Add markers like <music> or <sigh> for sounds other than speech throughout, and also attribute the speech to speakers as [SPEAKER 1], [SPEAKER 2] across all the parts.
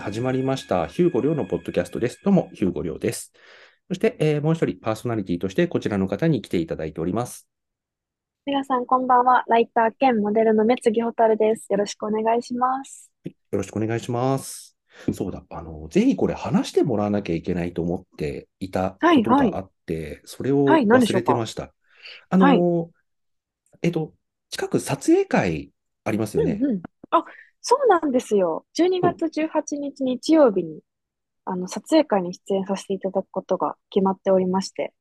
[SPEAKER 1] 始まりました。ヒューゴリョウのポッドキャストです。どうも、ヒューゴリョウです。そして、えー、もう一人パーソナリティとしてこちらの方に来ていただいております。
[SPEAKER 2] 皆さん、こんばんは。ライター兼モデルの目継ほたるです。よろしくお願いします。
[SPEAKER 1] はい、よろしくお願いします。そうだ、あの、ぜひこれ話してもらわなきゃいけないと思っていたことがあって、はいはい、それを忘れてました。はい、あの、はい、えっと、近く撮影会ありますよね。
[SPEAKER 2] うんうん、あ、そうなんですよ。12月18日日曜日に、あの、撮影会に出演させていただくことが決まっておりまして、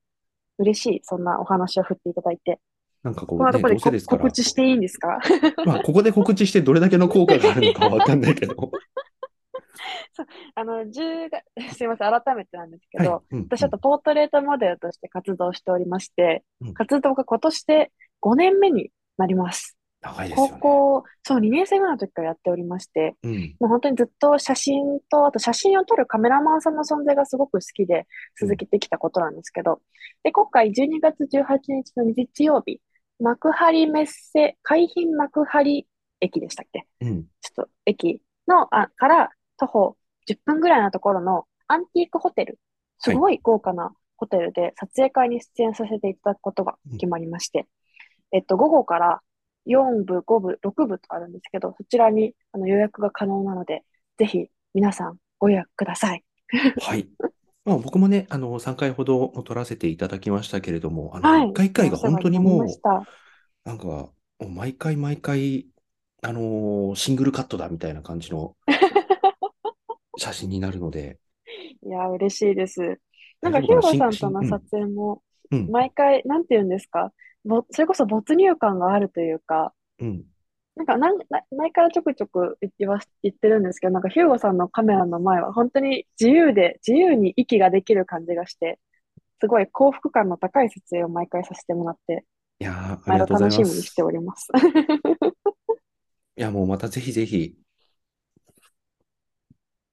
[SPEAKER 2] 嬉しい、そんなお話を振っていただいて。
[SPEAKER 1] なんかこ
[SPEAKER 2] こ
[SPEAKER 1] う、
[SPEAKER 2] は
[SPEAKER 1] ね、
[SPEAKER 2] どこで
[SPEAKER 1] どうせですから
[SPEAKER 2] 告知していいんですか <laughs>
[SPEAKER 1] まあ、ここで告知してどれだけの効果があるのかわかんない
[SPEAKER 2] <laughs>
[SPEAKER 1] けど。
[SPEAKER 2] そうあの10月 <laughs> すいません、改めてなんですけど、はいうんうん、私、ちょっとポートレートモデルとして活動しておりまして、うん、活動が今年で5年目になります。
[SPEAKER 1] 長いです
[SPEAKER 2] 高
[SPEAKER 1] よね。
[SPEAKER 2] 校、そう、2年生ぐらいの時からやっておりまして、うん、もう本当にずっと写真と、あと写真を撮るカメラマンさんの存在がすごく好きで続けてきたことなんですけど、うん、で、今回12月18日の日曜日、幕張メッセ、海浜幕張駅でしたっけ、
[SPEAKER 1] うん、
[SPEAKER 2] ちょっと駅の、あ、から徒歩10分ぐらいのところのアンティークホテル、すごい豪華なホテルで撮影会に出演させていただくことが決まりまして、えっと、午後から4部、5部、6部とあるんですけど、そちらにあの予約が可能なので、ぜひ皆さんご予約ください。
[SPEAKER 1] はい。まあ、僕もね、あの、3回ほど撮らせていただきましたけれども、あの、はい、1回1回が本当にもう、なんか、毎回毎回、あのー、シングルカットだみたいな感じ
[SPEAKER 2] <laughs>
[SPEAKER 1] の写真になるので。
[SPEAKER 2] いや、嬉しいです。なんか、ヒューゴさんとの撮影も、毎回、うん、なんて言うんですか、ぼ、それこそ没入感があるというか、
[SPEAKER 1] うん。
[SPEAKER 2] なんか、なん、前からちょくちょく言っては、言ってるんですけど、なんか、ヒューゴさんのカメラの前は、本当に自由で、自由に息ができる感じがして、すごい幸福感の高い撮影を毎回させてもらって、
[SPEAKER 1] いや
[SPEAKER 2] 毎
[SPEAKER 1] 度
[SPEAKER 2] 楽しみにしております。
[SPEAKER 1] いや、もうまたぜひぜひ、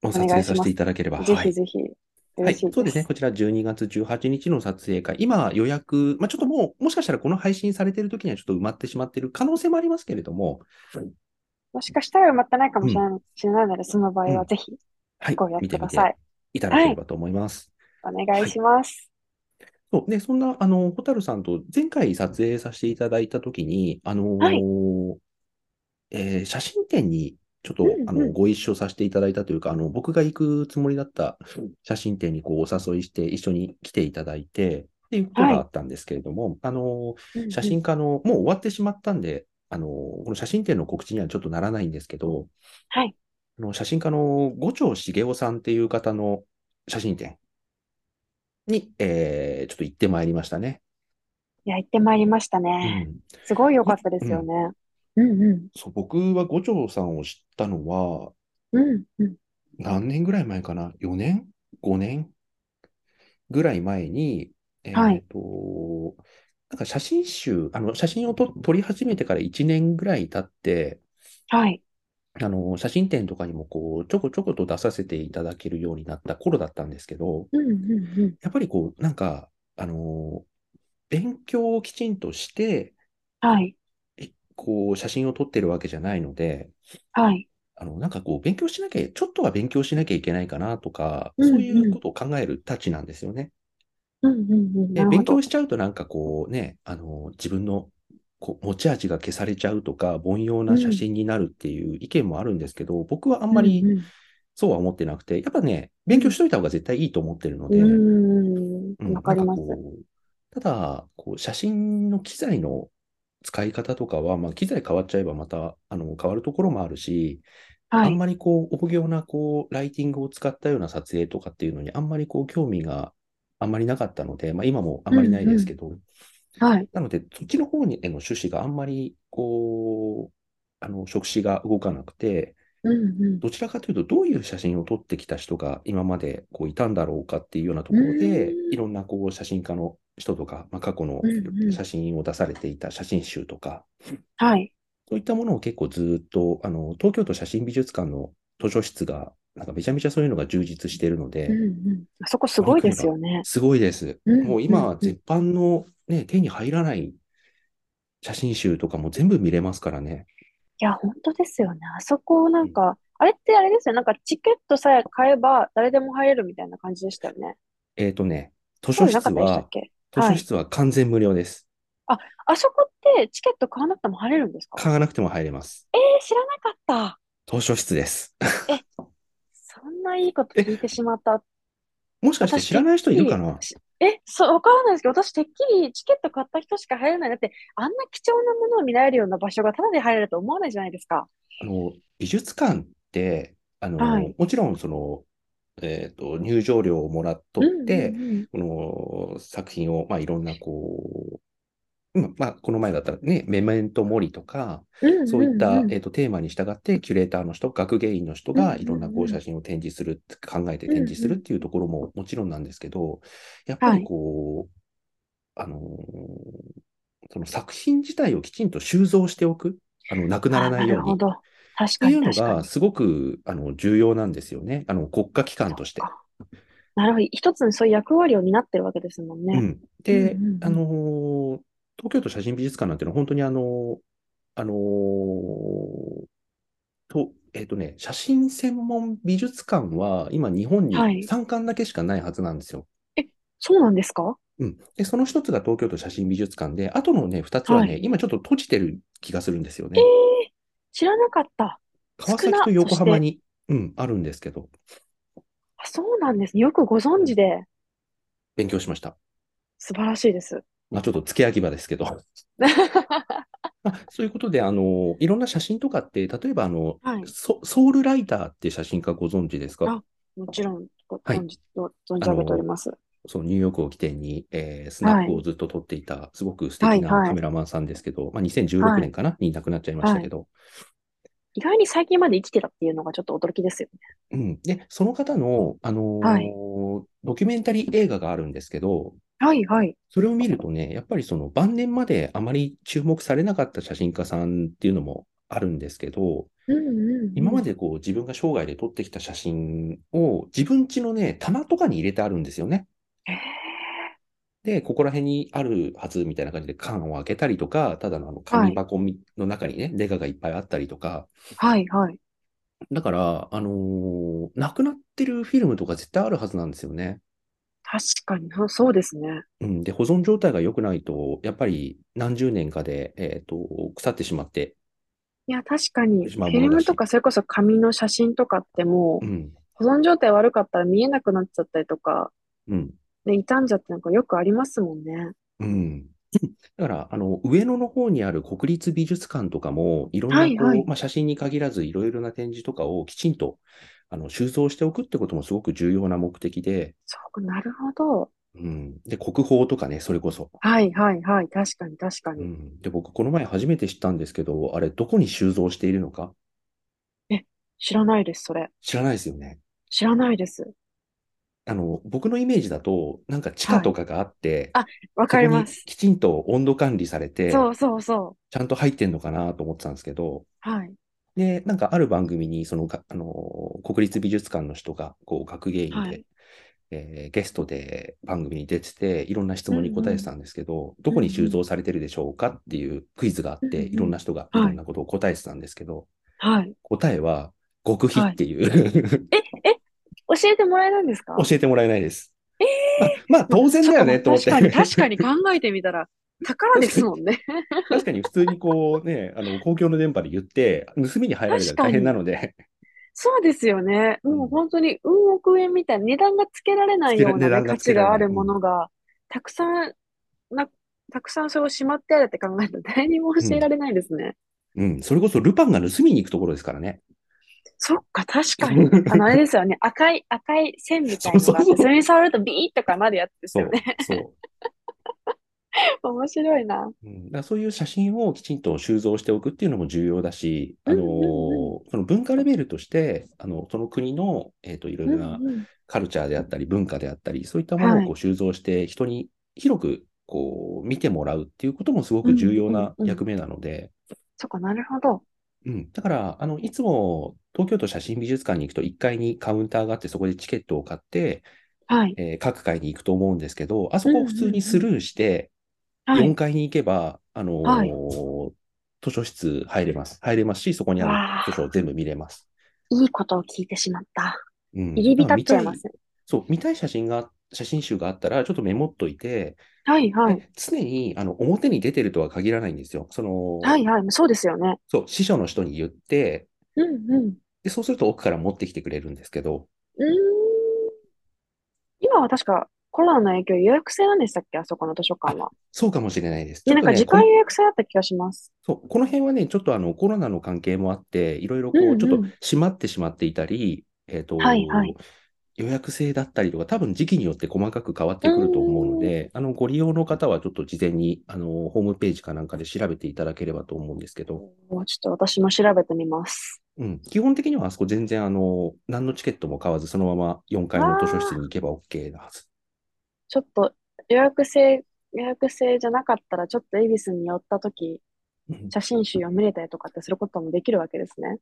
[SPEAKER 1] お撮影させていただければ。
[SPEAKER 2] ぜひぜひ。はい
[SPEAKER 1] はい、そうですね。こちら12月18日の撮影会。今予約、まあ、ちょっともう、もしかしたらこの配信されてる時にはちょっと埋まってしまっている可能性もありますけれども。、
[SPEAKER 2] もしかしたら埋まってないかもしれない,うん、ないので、その場合はぜひ、ご予約ください、はい
[SPEAKER 1] 見てみていただければと思います。
[SPEAKER 2] はい、お願いします。
[SPEAKER 1] はい、そうでそんな、あの、ホタルさんと前回撮影させていただいたときに、あのー
[SPEAKER 2] はい、
[SPEAKER 1] えー、写真展にちょっと、うんうん、あの、ご一緒させていただいたというか、あの、僕が行くつもりだった写真展にこう、お誘いして、一緒に来ていただいて、っていうことがあったんですけれども、はい、あの、写真家の、もう終わってしまったんで、あの、この写真展の告知にはちょっとならないんですけど、
[SPEAKER 2] はい。
[SPEAKER 1] あの写真家の五条茂雄さんっていう方の写真展に、えー、ちょっと行ってまいりましたね。
[SPEAKER 2] いや、行ってまいりましたね。うん、すごい良かったですよね。うんうんうん、
[SPEAKER 1] そう僕は五条さんを知ったのは、
[SPEAKER 2] うんうん、
[SPEAKER 1] 何年ぐらい前かな ?4 年 ?5 年ぐらい前に、えっ、ー、と、はい、なんか写真集、あの写真をと撮り始めてから1年ぐらい経って、
[SPEAKER 2] はい、
[SPEAKER 1] あの写真展とかにもこうちょこちょこと出させていただけるようになった頃だったんですけど、
[SPEAKER 2] うんうんうん、
[SPEAKER 1] やっぱりこう、なんか、あの勉強をきちんとして、
[SPEAKER 2] はい
[SPEAKER 1] こう、写真を撮ってるわけじゃないので、
[SPEAKER 2] はい。
[SPEAKER 1] あの、なんかこう、勉強しなきゃ、ちょっとは勉強しなきゃいけないかなとか、うんうん、そういうことを考えるたちなんですよね。
[SPEAKER 2] うんうんうん。、
[SPEAKER 1] で、勉強しちゃうとなんかこうね、あの、自分のこう持ち味が消されちゃうとか、凡庸な写真になるっていう意見もあるんですけど、うん、僕はあんまりそうは思ってなくて、やっぱね、勉強しといた方が絶対いいと思ってるので、うん
[SPEAKER 2] うん、わかります。
[SPEAKER 1] ただ、こう、写真の機材の使い方とかは、まあ、機材変わっちゃえばまたあの変わるところもあるし、
[SPEAKER 2] はい、
[SPEAKER 1] あんまりこう、大行なこう、ライティングを使ったような撮影とかっていうのに、あんまりこう、興味があんまりなかったので、まあ、今もあんまりないですけど、うん
[SPEAKER 2] うん、はい、
[SPEAKER 1] なので、そっちの方にへの趣旨があんまり、こう、あの、触手が動かなくて、
[SPEAKER 2] うんうん、
[SPEAKER 1] どちらかというと、どういう写真を撮ってきた人が今までこういたんだろうかっていうようなところで、いろんなこう写真家の人とか、まあ、過去の写真を出されていた写真集とか、
[SPEAKER 2] はい、
[SPEAKER 1] そういったものを結構ずっとあの東京都写真美術館の図書室がなんかめちゃめちゃそういうのが充実しているので、
[SPEAKER 2] うんうん、あそこすごいですよね。
[SPEAKER 1] すごいです。もう今、絶版の、ね、手に入らない写真集とかも全部見れますからね。
[SPEAKER 2] いや、本当ですよね。あそこなんか、あれってあれですよ。なんかチケットさえ買えば誰でも入れるみたいな感じでしたよね。
[SPEAKER 1] えっとね、図書
[SPEAKER 2] そうじゃなか
[SPEAKER 1] 室
[SPEAKER 2] ったでしたっ
[SPEAKER 1] は、
[SPEAKER 2] け
[SPEAKER 1] 図
[SPEAKER 2] は
[SPEAKER 1] 書
[SPEAKER 2] い。
[SPEAKER 1] 室は完全無料です。
[SPEAKER 2] あそこってチケット買わなくても入れるんですか
[SPEAKER 1] 買わなくても入れます。
[SPEAKER 2] えー、知らなかった。
[SPEAKER 1] 図書室です。
[SPEAKER 2] そんないいこと聞いてしまった。
[SPEAKER 1] もしかして
[SPEAKER 2] 私
[SPEAKER 1] 知らない人いるかな
[SPEAKER 2] しえ、そう、わからないですけど、私、てっきりチケット買った人しか入れない。だって、あんな貴重なものを見られるような場所がタダで入れると思わないじゃないですか。
[SPEAKER 1] あの、美術館って、あの、
[SPEAKER 2] はい
[SPEAKER 1] もちろんその、えっと、入場料をもらっとって
[SPEAKER 2] う、んうんうん、
[SPEAKER 1] この作品を、まあ、いろんな、こう、うんまあ、この前だったらね、メメントモリとか、
[SPEAKER 2] うんうん
[SPEAKER 1] そういった、
[SPEAKER 2] うん
[SPEAKER 1] えっと、テーマに従って、キュレーターの人、学芸員の人
[SPEAKER 2] う
[SPEAKER 1] が
[SPEAKER 2] ん
[SPEAKER 1] いろんなこ
[SPEAKER 2] うん
[SPEAKER 1] う写真を展示する、考えて展示するっていうところももちろんなんですけど、やっぱりこう、あのーその作品自体をきちんと収蔵しておく、あの、なくなら
[SPEAKER 2] あ
[SPEAKER 1] ないよう
[SPEAKER 2] なるほ
[SPEAKER 1] に。
[SPEAKER 2] ど。確
[SPEAKER 1] って
[SPEAKER 2] か
[SPEAKER 1] いう
[SPEAKER 2] に
[SPEAKER 1] の
[SPEAKER 2] 確か
[SPEAKER 1] が
[SPEAKER 2] に。
[SPEAKER 1] すごくあの重要なんですよね。あの国家機関として
[SPEAKER 2] そっ。かなるほど。一つにそういう役割を担ってるわけですもん
[SPEAKER 1] う
[SPEAKER 2] ね。
[SPEAKER 1] ん、で、
[SPEAKER 2] うんうんうん
[SPEAKER 1] あのー東京都写真美術館なんていうのは本当にあのーあのーと、えっとね、写真専門美術館は今日本に
[SPEAKER 2] はい
[SPEAKER 1] 3館だけしかないはずなんですよ。
[SPEAKER 2] そうなんですか
[SPEAKER 1] うん、で、その一つが東京都写真美術館で、あとのね、二つはね、
[SPEAKER 2] は
[SPEAKER 1] 今ちょっと閉じてる気がするんですよ
[SPEAKER 2] え
[SPEAKER 1] ね
[SPEAKER 2] ー。、知らなかった。
[SPEAKER 1] 川
[SPEAKER 2] 少
[SPEAKER 1] 崎
[SPEAKER 2] な
[SPEAKER 1] と横
[SPEAKER 2] そ
[SPEAKER 1] 浜
[SPEAKER 2] して
[SPEAKER 1] に、うん、あるんですけど、
[SPEAKER 2] あそうなんですね。よくご存知で、
[SPEAKER 1] 勉強しました。
[SPEAKER 2] 素晴らし
[SPEAKER 1] <laughs>
[SPEAKER 2] いです。
[SPEAKER 1] まあ、ちょっと付け焼き場ですけど。 <laughs> まあ、そういうことで、あの、いろんな写真とかって、例えば、あの、
[SPEAKER 2] はい。
[SPEAKER 1] ソソウルライターって写真家ご存知です
[SPEAKER 2] あ
[SPEAKER 1] か
[SPEAKER 2] もちろん、ご
[SPEAKER 1] はい
[SPEAKER 2] 存じ、ご存じ上げております。
[SPEAKER 1] そのニューヨークを起点に、えースナップをずっと撮っていた、すごく素敵な
[SPEAKER 2] はいはい
[SPEAKER 1] カメラマンさんですけど、まあ、2016年かな、に亡くなっちゃいましたけど、
[SPEAKER 2] 意外に最近まで生きてたっていうのがちょっと驚きですよね。
[SPEAKER 1] うん。で、その方の、あのー
[SPEAKER 2] はい
[SPEAKER 1] ドキュメンタリー映画があるんですけど、
[SPEAKER 2] はいはい。
[SPEAKER 1] それを見るとね、やっぱりその晩年まであまり注目されなかった写真家さんっていうのもあるんですけど、
[SPEAKER 2] うんうんうん。
[SPEAKER 1] 今までこう自分が生涯で撮ってきた写真を自分家のね、棚とかに入れてあるんですよね。
[SPEAKER 2] へー
[SPEAKER 1] で、ここら辺にあるはずみたいな感じで缶を開けたりとか、ただのあの
[SPEAKER 2] は
[SPEAKER 1] 紙
[SPEAKER 2] い
[SPEAKER 1] 箱みの中にね、デカがいっぱいあったりとか。
[SPEAKER 2] はいはい。
[SPEAKER 1] だから、あのーなくなってるフィルムとか絶対あるはずなんですよね。
[SPEAKER 2] 確かに、そうそうですね。
[SPEAKER 1] うん、で、保存状態が良くないと、やっぱり何十年かで、えっと、腐ってしまって、
[SPEAKER 2] いや、確かに、
[SPEAKER 1] しまう
[SPEAKER 2] フ
[SPEAKER 1] も
[SPEAKER 2] ィ
[SPEAKER 1] のだし
[SPEAKER 2] ルムとか、それこそ紙の写真とかっても
[SPEAKER 1] う
[SPEAKER 2] う、
[SPEAKER 1] ん、
[SPEAKER 2] 保存状態悪かったら見えなくなっちゃったりとか、
[SPEAKER 1] うん、
[SPEAKER 2] ね、傷んじゃってなんかよくありますもんね。
[SPEAKER 1] うん。 <laughs> だから、あの、上野の方にある国立美術館とかも、いろんな
[SPEAKER 2] はい
[SPEAKER 1] こう、
[SPEAKER 2] はい
[SPEAKER 1] まあ、写真に限らず、いろいろな展示とかをきちんと、あの、収蔵しておくってこともすごく重要な目的で、
[SPEAKER 2] そう、なるほど。
[SPEAKER 1] うん。で、国宝とかね、それこそ。
[SPEAKER 2] はいはいはい。確かに確か
[SPEAKER 1] う
[SPEAKER 2] に。
[SPEAKER 1] ん。で、僕、この前初めて知ったんですけど、あれ、どこに収蔵しているのか
[SPEAKER 2] 知らないです、それ。
[SPEAKER 1] 知らないですよね。
[SPEAKER 2] 知らないです。
[SPEAKER 1] あの、僕のイメージだと、なんか地下とかがあって、
[SPEAKER 2] あわかりま
[SPEAKER 1] そこ
[SPEAKER 2] す。
[SPEAKER 1] にきちんと温度管理されて、
[SPEAKER 2] そうそうそう。
[SPEAKER 1] ちゃんと入ってんのかなと思ってたんですけど、
[SPEAKER 2] はい。
[SPEAKER 1] で、なんかある番組に、そのが、あのー、国立美術館の人が、こう、学芸員で、
[SPEAKER 2] はい
[SPEAKER 1] えーゲストで番組に出てて、いろんな質問に答えてたんですけど、どこに
[SPEAKER 2] うんう
[SPEAKER 1] 収
[SPEAKER 2] ん
[SPEAKER 1] 蔵されてるでしょうかっていうクイズがあって、
[SPEAKER 2] うんうん
[SPEAKER 1] いろんな人がい
[SPEAKER 2] はい
[SPEAKER 1] ろんなことを答えてたんですけど、
[SPEAKER 2] はい。
[SPEAKER 1] 答えは、極秘っていう、
[SPEAKER 2] 教えてもらえるんですか
[SPEAKER 1] 教えてもらえないです。まあ、まあ当然だよね、と思って。
[SPEAKER 2] 確かに、確かに考えてみたら、宝ですもんね。
[SPEAKER 1] 確かに普通にこうね、あの、公共の電波で言って、盗みに入られたら大変なので、
[SPEAKER 2] そうですよね。
[SPEAKER 1] うん
[SPEAKER 2] もう本当に、うん億円みたいな値段がつけられない
[SPEAKER 1] つけら
[SPEAKER 2] ようなね、
[SPEAKER 1] 値段が
[SPEAKER 2] 価
[SPEAKER 1] つけ
[SPEAKER 2] 値
[SPEAKER 1] られ
[SPEAKER 2] が
[SPEAKER 1] ない
[SPEAKER 2] あるものが、たくさん、な、たくさんそれをしまってあるって考えたら <laughs> 誰にも教えられないですね。
[SPEAKER 1] うん、それこそルパンが盗みに行くところですからね。
[SPEAKER 2] そっか、確かに。あの、あれです
[SPEAKER 1] <laughs>
[SPEAKER 2] よね。赤い、赤い線みたいなのがあ
[SPEAKER 1] そ
[SPEAKER 2] っ
[SPEAKER 1] うそうそ
[SPEAKER 2] て、
[SPEAKER 1] う
[SPEAKER 2] それに触るとビーッとかなるやつです
[SPEAKER 1] そ
[SPEAKER 2] よ
[SPEAKER 1] う
[SPEAKER 2] ね。、
[SPEAKER 1] そう。
[SPEAKER 2] 面白いな。
[SPEAKER 1] うん、だからそういう写真をきちんと収蔵しておくっていうのも重要だし、あの
[SPEAKER 2] うんうん
[SPEAKER 1] その文化レベルとして、あのその国の、えー、といろいろ
[SPEAKER 2] う
[SPEAKER 1] なん
[SPEAKER 2] うん
[SPEAKER 1] カルチャーであったり、文化であったり、そういったものをこ
[SPEAKER 2] は
[SPEAKER 1] う収蔵して、人に広くこう見てもらうっていうこともすごく重要な役目なので、
[SPEAKER 2] そっか、なるほど。
[SPEAKER 1] うん、だからあのいつも東京都写真美術館に行くと、1階にカウンターがあって、そこでチケットを買って、
[SPEAKER 2] はい。
[SPEAKER 1] えー各階に行くと思うんですけど、あそこを普通にスルーして、
[SPEAKER 2] はい。
[SPEAKER 1] 4階に行けば、あのー
[SPEAKER 2] はい
[SPEAKER 1] 図書室入れます。入れますし、そこにあ
[SPEAKER 2] わあ
[SPEAKER 1] る図書を全部見れます。
[SPEAKER 2] いいことを聞いてしまった。
[SPEAKER 1] うん
[SPEAKER 2] 入り浸っちゃい
[SPEAKER 1] だから
[SPEAKER 2] ま
[SPEAKER 1] 見た
[SPEAKER 2] す。
[SPEAKER 1] そう、見たい写真が、写真集があったら、ちょっとメモっといて、
[SPEAKER 2] はいはい。
[SPEAKER 1] で常にあの表に出てるとは限らないんですよ。その、
[SPEAKER 2] はいはい。そうですよね。
[SPEAKER 1] そう、司書の人に言って、
[SPEAKER 2] うんうん。
[SPEAKER 1] で、そうすると奥から持ってきてくれるんですけど、
[SPEAKER 2] うーん。今は確かコロナの影響予約制なんでしたっけあそこの図書館は。
[SPEAKER 1] そうかもしれないです。
[SPEAKER 2] ね、なんか時
[SPEAKER 1] こ
[SPEAKER 2] 間予約制だった気がします。
[SPEAKER 1] そう、この辺はね、ちょっとあのコロナの関係もあって、いろいろこ
[SPEAKER 2] うんう
[SPEAKER 1] う、
[SPEAKER 2] ん
[SPEAKER 1] ちょっと閉まってしまっていたり、えっと、
[SPEAKER 2] はいはい
[SPEAKER 1] 予約制だったりとか、多分時期によって細かく変わってくると思うので、あの、ご利用の方はちょっと事前に、あの、ホームページかなんかで調べていただければと思うんですけど、
[SPEAKER 2] おちょっと私も調べてみます。
[SPEAKER 1] うん、基本的にはあそこ全然あの、何のチケットも買わず、そのまま4階の図書室に行けば OK なはず。
[SPEAKER 2] ちょっと予約制、予約制じゃなかったら、ちょっと恵比寿に寄った時、
[SPEAKER 1] うんい
[SPEAKER 2] 写真集読めれたりとかってすることもできるわけですね。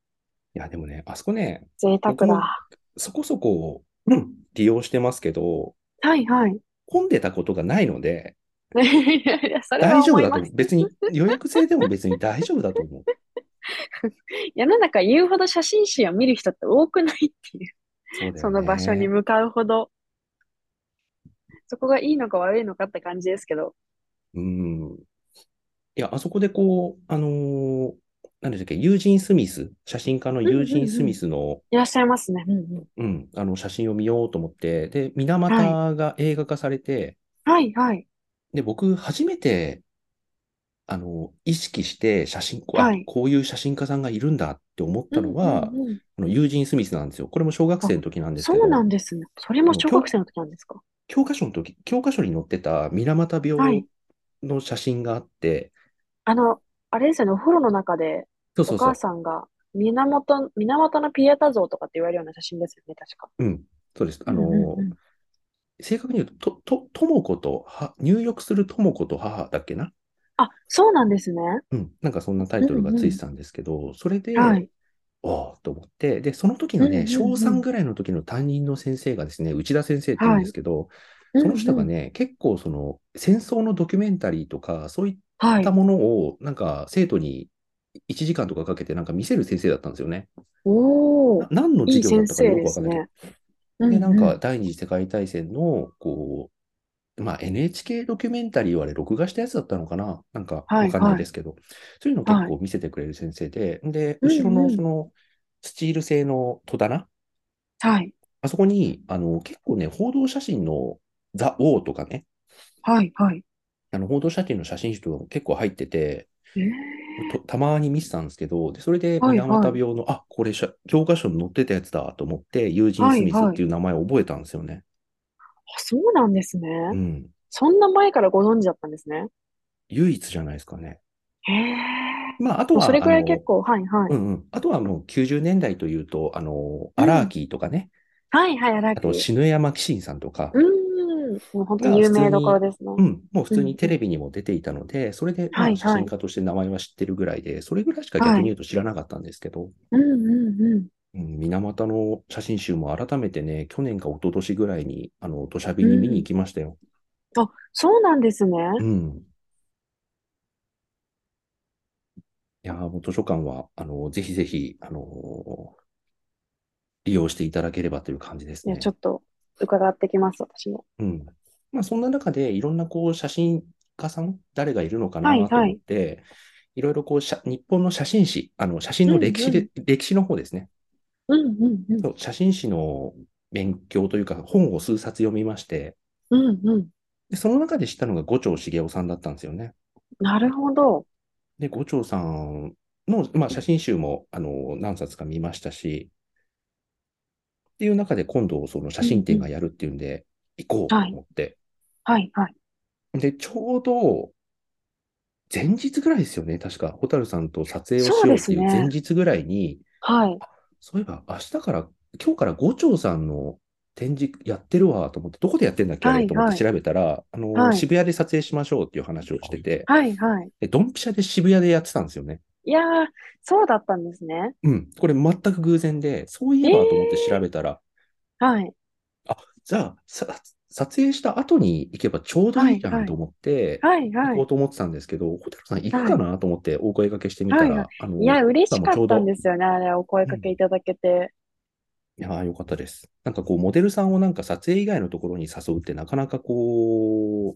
[SPEAKER 1] や、でもね、あそこね、
[SPEAKER 2] 贅沢
[SPEAKER 1] 僕も
[SPEAKER 2] だ。
[SPEAKER 1] そこそこ、うん利用してますけど、
[SPEAKER 2] はいはい。 <laughs>
[SPEAKER 1] 混んでたことがないので、
[SPEAKER 2] いやいや、それは
[SPEAKER 1] 大丈
[SPEAKER 2] 思
[SPEAKER 1] 夫
[SPEAKER 2] い
[SPEAKER 1] だ
[SPEAKER 2] ま
[SPEAKER 1] と
[SPEAKER 2] す。
[SPEAKER 1] 思う。別に予約制でも別に大丈夫だと思う。 <laughs>
[SPEAKER 2] 世の中言うほど写真集を見る人って多くないってい
[SPEAKER 1] そ
[SPEAKER 2] う、
[SPEAKER 1] うだよね
[SPEAKER 2] その場所に向かうほど。そこがいいのか悪いのかって感じですけど。
[SPEAKER 1] うん。いや、あそこでこう、あのー、何でしたっけ、ユージン・スミス、写真家のユージン・スミスの、
[SPEAKER 2] いらっしゃいますね。うんうん。
[SPEAKER 1] うん、あの、写真を見ようと思って、で、水俣が映画化されて、
[SPEAKER 2] はいはい。
[SPEAKER 1] で、僕、初めて、あの、意識して写真、あ、
[SPEAKER 2] はい
[SPEAKER 1] こういう写真家さんがいるんだって思ったのは
[SPEAKER 2] う、んうんうん
[SPEAKER 1] あのユージン・スミスなんですよ。これも小学生の時なんですけ
[SPEAKER 2] そう
[SPEAKER 1] ど、
[SPEAKER 2] なんですね。それも小学生の時なんですか。
[SPEAKER 1] 教科書の時、教科書に載ってた水俣
[SPEAKER 2] はい
[SPEAKER 1] 病の写真があって、
[SPEAKER 2] あの、あれですよね、お風呂の中で
[SPEAKER 1] そう
[SPEAKER 2] お
[SPEAKER 1] そうそう
[SPEAKER 2] 母、さんが源、源のピエタ像とかって言われるような写真ですよね、確か。
[SPEAKER 1] うん、そうです。あ
[SPEAKER 2] うんうん
[SPEAKER 1] の
[SPEAKER 2] う、ん
[SPEAKER 1] 正確に言うと、と、と、もこと、は、入浴するともこと母だっけな
[SPEAKER 2] あ、そうなんですね。
[SPEAKER 1] うん、なんかそんなタイトルがついてたんですけど、それで、
[SPEAKER 2] はい。
[SPEAKER 1] おーと思って、で、その時の
[SPEAKER 2] うんうん
[SPEAKER 1] ね、
[SPEAKER 2] うん
[SPEAKER 1] 小3ぐらいの時の担任の先生がですね、内田先生って言うんですけど、
[SPEAKER 2] うん
[SPEAKER 1] その人
[SPEAKER 2] う
[SPEAKER 1] が
[SPEAKER 2] ん
[SPEAKER 1] ね、結構その戦争のドキュメンタリーとか、そういっ
[SPEAKER 2] はい
[SPEAKER 1] た。ものをなんか生徒に1時間とかかけてなんか見せる先生だったんですよね。
[SPEAKER 2] おー
[SPEAKER 1] な、何の
[SPEAKER 2] いい
[SPEAKER 1] 授業だっ
[SPEAKER 2] 先
[SPEAKER 1] たかよく
[SPEAKER 2] 生で
[SPEAKER 1] わか
[SPEAKER 2] す
[SPEAKER 1] んないけど
[SPEAKER 2] ね。。うん
[SPEAKER 1] で、なん
[SPEAKER 2] うん
[SPEAKER 1] か第二次世界大戦の、こう、まあ NHK ドキュメンタリーはあれ録画したやつだったのかななんか
[SPEAKER 2] はい
[SPEAKER 1] わかんないですけど、そういうの結構見せてくれる先生で、で、後ろ
[SPEAKER 2] うんう
[SPEAKER 1] の
[SPEAKER 2] ん
[SPEAKER 1] そのスチール製の戸棚、
[SPEAKER 2] はい。
[SPEAKER 1] あそこに、あの、結構ね、報道写真のザ・ウォーとかね、
[SPEAKER 2] はい。はい。
[SPEAKER 1] あの、報道写真の写真集とか結構入ってて、
[SPEAKER 2] えー
[SPEAKER 1] とたまに見てたんですけど、で、それで
[SPEAKER 2] はい
[SPEAKER 1] 水俣病の、あ、これしゃ、教科書に載ってたやつだと思って、ユージン・スミスっていう名前を覚えたんですよね。
[SPEAKER 2] あ、そうなんですね。
[SPEAKER 1] うん。
[SPEAKER 2] そんな前からご存知だったんですね。
[SPEAKER 1] 唯一じゃないですかね。
[SPEAKER 2] へえ。
[SPEAKER 1] まあ、あと
[SPEAKER 2] もう
[SPEAKER 1] は、
[SPEAKER 2] それくらい
[SPEAKER 1] あの
[SPEAKER 2] 結構、はいはい。
[SPEAKER 1] うんうん。あとはもう90年代というと、あの、アラーキーとかね、
[SPEAKER 2] はいはい、荒
[SPEAKER 1] あと
[SPEAKER 2] 木。
[SPEAKER 1] 篠山紀信さんとか、
[SPEAKER 2] うーん。もう本当に有名どころですね
[SPEAKER 1] う。ん、もう普通にテレビにも出ていたので、それで、まあ、
[SPEAKER 2] はいはい
[SPEAKER 1] 写真家として名前は知ってるぐらいで、それぐらいしか逆に言うと知らなかったんですけど、
[SPEAKER 2] うんうんうん。
[SPEAKER 1] うん、水俣の写真集も改めてね、去年か一昨年ぐらいに、あの、土砂日に見に行きましたよ。
[SPEAKER 2] あ、そうなんですね。
[SPEAKER 1] うん。いやー、もう図書館は、あの、ぜひぜひ、あのー利用していただければという感じです
[SPEAKER 2] いや、
[SPEAKER 1] ね。
[SPEAKER 2] ちょっと伺ってきます、私も。
[SPEAKER 1] うん。まあ、そんな中で、いろんなこう、写真家さん、誰がいるのかな
[SPEAKER 2] はいはい
[SPEAKER 1] と思って、いろいろこう、写日本の写真史、あの、写真の歴史で、
[SPEAKER 2] う
[SPEAKER 1] 歴史の方ですね。
[SPEAKER 2] うんうんうん。
[SPEAKER 1] そう写真史の勉強というか、本を数冊読みまして、
[SPEAKER 2] うんうん。
[SPEAKER 1] で、その中で知ったのが五条茂雄さんだったんですよね。
[SPEAKER 2] なるほど。
[SPEAKER 1] で、五条さんの、まあ、写真集も、あの、何冊か見ましたし、っていう中で今度、その写真展がやるっていうんで、行こうと思って。
[SPEAKER 2] はいはい。
[SPEAKER 1] で、ちょうど、前日ぐらいですよね、確か。蛍さんと撮影をし
[SPEAKER 2] そう
[SPEAKER 1] よう
[SPEAKER 2] で
[SPEAKER 1] っ
[SPEAKER 2] す
[SPEAKER 1] てい
[SPEAKER 2] ね
[SPEAKER 1] う前日ぐらいに、
[SPEAKER 2] はい。
[SPEAKER 1] そういえば明日から、今日から五条さんの展示やってるわと思って、どこでやってんだっけ、あれ
[SPEAKER 2] はい
[SPEAKER 1] と思っ
[SPEAKER 2] はい
[SPEAKER 1] て調べたら、あの、
[SPEAKER 2] はい
[SPEAKER 1] 渋谷で撮影しましょうっていう話をしてて、
[SPEAKER 2] はいはい。
[SPEAKER 1] でドンピシャで渋谷でやってたんですよね。
[SPEAKER 2] いやー、そうだったんですね。
[SPEAKER 1] うん、これ全く偶然で、そういえばと思って調べたら、
[SPEAKER 2] はい。
[SPEAKER 1] じゃあさ、撮影した後に行けばちょうどいいじ
[SPEAKER 2] はい
[SPEAKER 1] ゃ
[SPEAKER 2] は
[SPEAKER 1] ん
[SPEAKER 2] い
[SPEAKER 1] と思って、
[SPEAKER 2] はいは
[SPEAKER 1] 行
[SPEAKER 2] い
[SPEAKER 1] こ。うと思ってたんですけど、ホテルさん行くかなと思ってお声掛けしてみた
[SPEAKER 2] はいは
[SPEAKER 1] ら、あの、
[SPEAKER 2] いや、嬉しか
[SPEAKER 1] ちょ
[SPEAKER 2] っ
[SPEAKER 1] う
[SPEAKER 2] た
[SPEAKER 1] ど、
[SPEAKER 2] んですよね、あれ、お声かけいただけて。
[SPEAKER 1] いやー、よかったです。なんかこう、モデルさんをなんか撮影以外のところに誘うってなかなかこ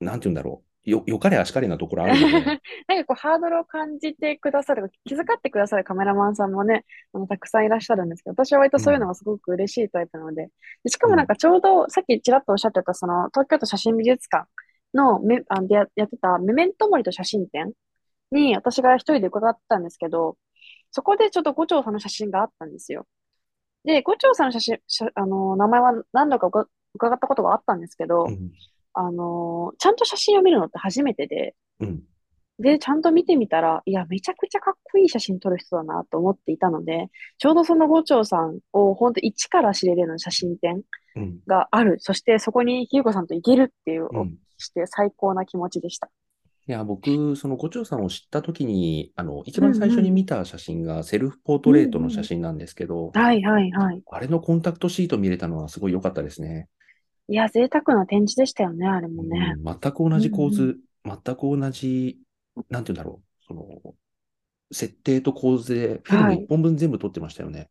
[SPEAKER 1] う、なんて言うんだろう。よ、よかれあしかれなところあるよ
[SPEAKER 2] <laughs>
[SPEAKER 1] ね。
[SPEAKER 2] なんかこう、ハードルを感じてくださる、気遣ってくださるカメラマンさんもね、あの、たくさんいらっしゃるんですけど、私は割とそういうのがすごく嬉しいタイプなので、でしかもなんかちょうど、さっきちらっとおっしゃってた、その、東京都写真美術館の、め、あの、でや、やってた、メメントモリと写真展に、私が一人で伺ったんですけど、そこでちょっと五条さんの写真があったんですよ。で、五条さんの写真、写あの、名前は何度かうか伺ったことがあったんですけど
[SPEAKER 1] う、ん。
[SPEAKER 2] あのーちゃんと写真を見るのって初めてで、
[SPEAKER 1] うん。
[SPEAKER 2] で、ちゃんと見てみたら、いや、めちゃくちゃかっこいい写真撮る人だなと思っていたので、ちょうどその五丁さんを本当一から知れるような写真展
[SPEAKER 1] うん。
[SPEAKER 2] がある。そしてそこにひゆこさんと行けるっていう、
[SPEAKER 1] うん。
[SPEAKER 2] して最高な気持ちでした。
[SPEAKER 1] いや、僕、そのご長さんを知ったときに、あの、一番最初
[SPEAKER 2] うんう
[SPEAKER 1] に
[SPEAKER 2] ん
[SPEAKER 1] 見た写真がセルフポートレートの写真なんですけど、
[SPEAKER 2] はいはいはい。
[SPEAKER 1] あれのコンタクトシート見れたのはすごい良かったですね。
[SPEAKER 2] いや、贅沢な展示でしたよね、あれも
[SPEAKER 1] うん
[SPEAKER 2] ね。
[SPEAKER 1] 全く同じ構
[SPEAKER 2] う
[SPEAKER 1] 図、全く同じ、なんて言うんだろう、その、設定と構図で、フィルム
[SPEAKER 2] はい
[SPEAKER 1] 1本分全部撮ってましたよね。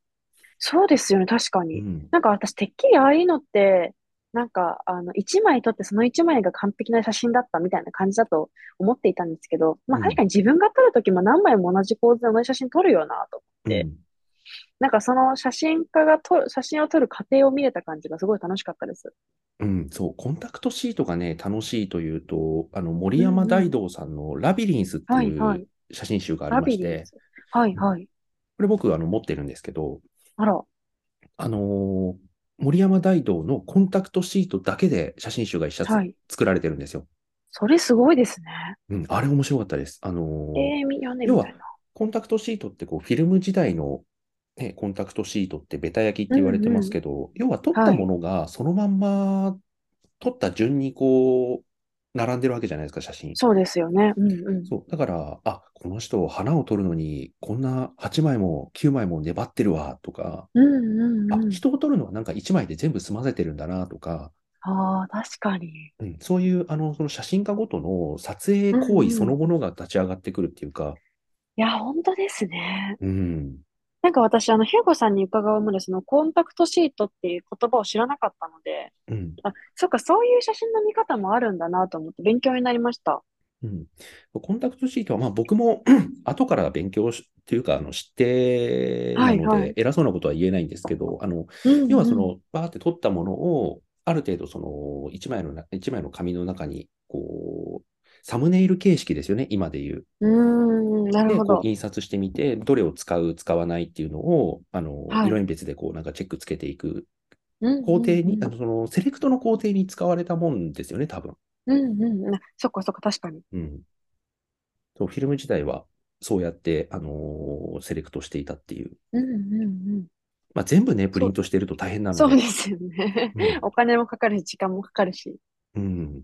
[SPEAKER 2] そうですよね、確かに。
[SPEAKER 1] うん。
[SPEAKER 2] なんか私、てっきりああいうのって、なんか、あの、一枚撮ってその一枚が完璧な写真だったみたいな感じだと思っていたんですけど、まあ
[SPEAKER 1] うん
[SPEAKER 2] 確かに自分が撮るときも何枚も同じ構図で同じ写真撮るよなと。で
[SPEAKER 1] うん
[SPEAKER 2] なんかその写真家が撮る、写真を撮る過程を見れた感じがすごい楽しかったです。
[SPEAKER 1] うん、そう、コンタクトシートがね、楽しいというと、あの、森山大道さんのラビリンスって
[SPEAKER 2] はいいはいう
[SPEAKER 1] 写真集があり
[SPEAKER 2] ラ
[SPEAKER 1] ま
[SPEAKER 2] ビ
[SPEAKER 1] し
[SPEAKER 2] リン
[SPEAKER 1] て、
[SPEAKER 2] ス。はいはい。
[SPEAKER 1] これ僕、あの、持ってるんですけど、
[SPEAKER 2] あら、
[SPEAKER 1] あのー森山大道のコンタクトシートだけで写真集が一冊
[SPEAKER 2] はい。
[SPEAKER 1] 作られてるんですよ。
[SPEAKER 2] それすごいですね。
[SPEAKER 1] うん、あれ面白かったです。あのー
[SPEAKER 2] ええー、見よね、
[SPEAKER 1] 要
[SPEAKER 2] み
[SPEAKER 1] は
[SPEAKER 2] たいな。
[SPEAKER 1] コンタクトシートってこう、フィルム時代の、ね、コンタクトシートってベタ焼きって言われてますけど、要は撮ったものがそのまんま、撮った順にこう、並んでるわけじゃないですか、写真。
[SPEAKER 2] そうですよね。うんうん。
[SPEAKER 1] そう。だから、あ、この人、花を撮るのに、こんな8枚も9枚も粘ってるわ、とか、
[SPEAKER 2] うんうん
[SPEAKER 1] あ
[SPEAKER 2] う、ん。
[SPEAKER 1] 人を撮るのはなんか1枚で全部済ませてるんだな、とか、
[SPEAKER 2] ああ、確かに。
[SPEAKER 1] うん、そういう、あの、その写真家ごとの撮影行為そのものが立ち上がってくるっていうか、
[SPEAKER 2] いや、本当ですね。
[SPEAKER 1] うん、
[SPEAKER 2] なんか私、あの、ヒューゴさんに伺うまで、その、コンタクトシートっていう言葉を知らなかったので、
[SPEAKER 1] うん、
[SPEAKER 2] あ、そっか、そういう写真の見方もあるんだなと思って勉強になりました。
[SPEAKER 1] うん。コンタクトシートは、まあ僕も <clears throat> 後から勉強し、というか、あの、知ってなの
[SPEAKER 2] はいは
[SPEAKER 1] で
[SPEAKER 2] い、
[SPEAKER 1] 偉そうなことは言えないんですけど、あの、
[SPEAKER 2] うん
[SPEAKER 1] 要はそ
[SPEAKER 2] うん。
[SPEAKER 1] の、バーって撮ったものを、ある程度その、一枚のな、一枚の紙の中に、こう、サムネイル形式ですよね、今で言う。
[SPEAKER 2] うーん、なる
[SPEAKER 1] で、
[SPEAKER 2] ほ
[SPEAKER 1] こ
[SPEAKER 2] ど。
[SPEAKER 1] う、印刷してみて、どれを使う、使わないっていうのを、あの、
[SPEAKER 2] はい
[SPEAKER 1] 色鉛筆でこう、なんかチェックつけていく
[SPEAKER 2] うんうん
[SPEAKER 1] 工程に、
[SPEAKER 2] うん
[SPEAKER 1] あの、その、セレクトの工程に使われたもんですよね、多分。
[SPEAKER 2] うんうんうん。そっかそっか、確かに。
[SPEAKER 1] うん。そう、フィルム自体は、そうやって、あのーセレクトしていたっていう。
[SPEAKER 2] うんうん
[SPEAKER 1] まあ、全部ね、プリントしてると大変な
[SPEAKER 2] うん。
[SPEAKER 1] の
[SPEAKER 2] そう
[SPEAKER 1] で。
[SPEAKER 2] ですよね。お金もかかるし、時間もかかるし。
[SPEAKER 1] うん。うん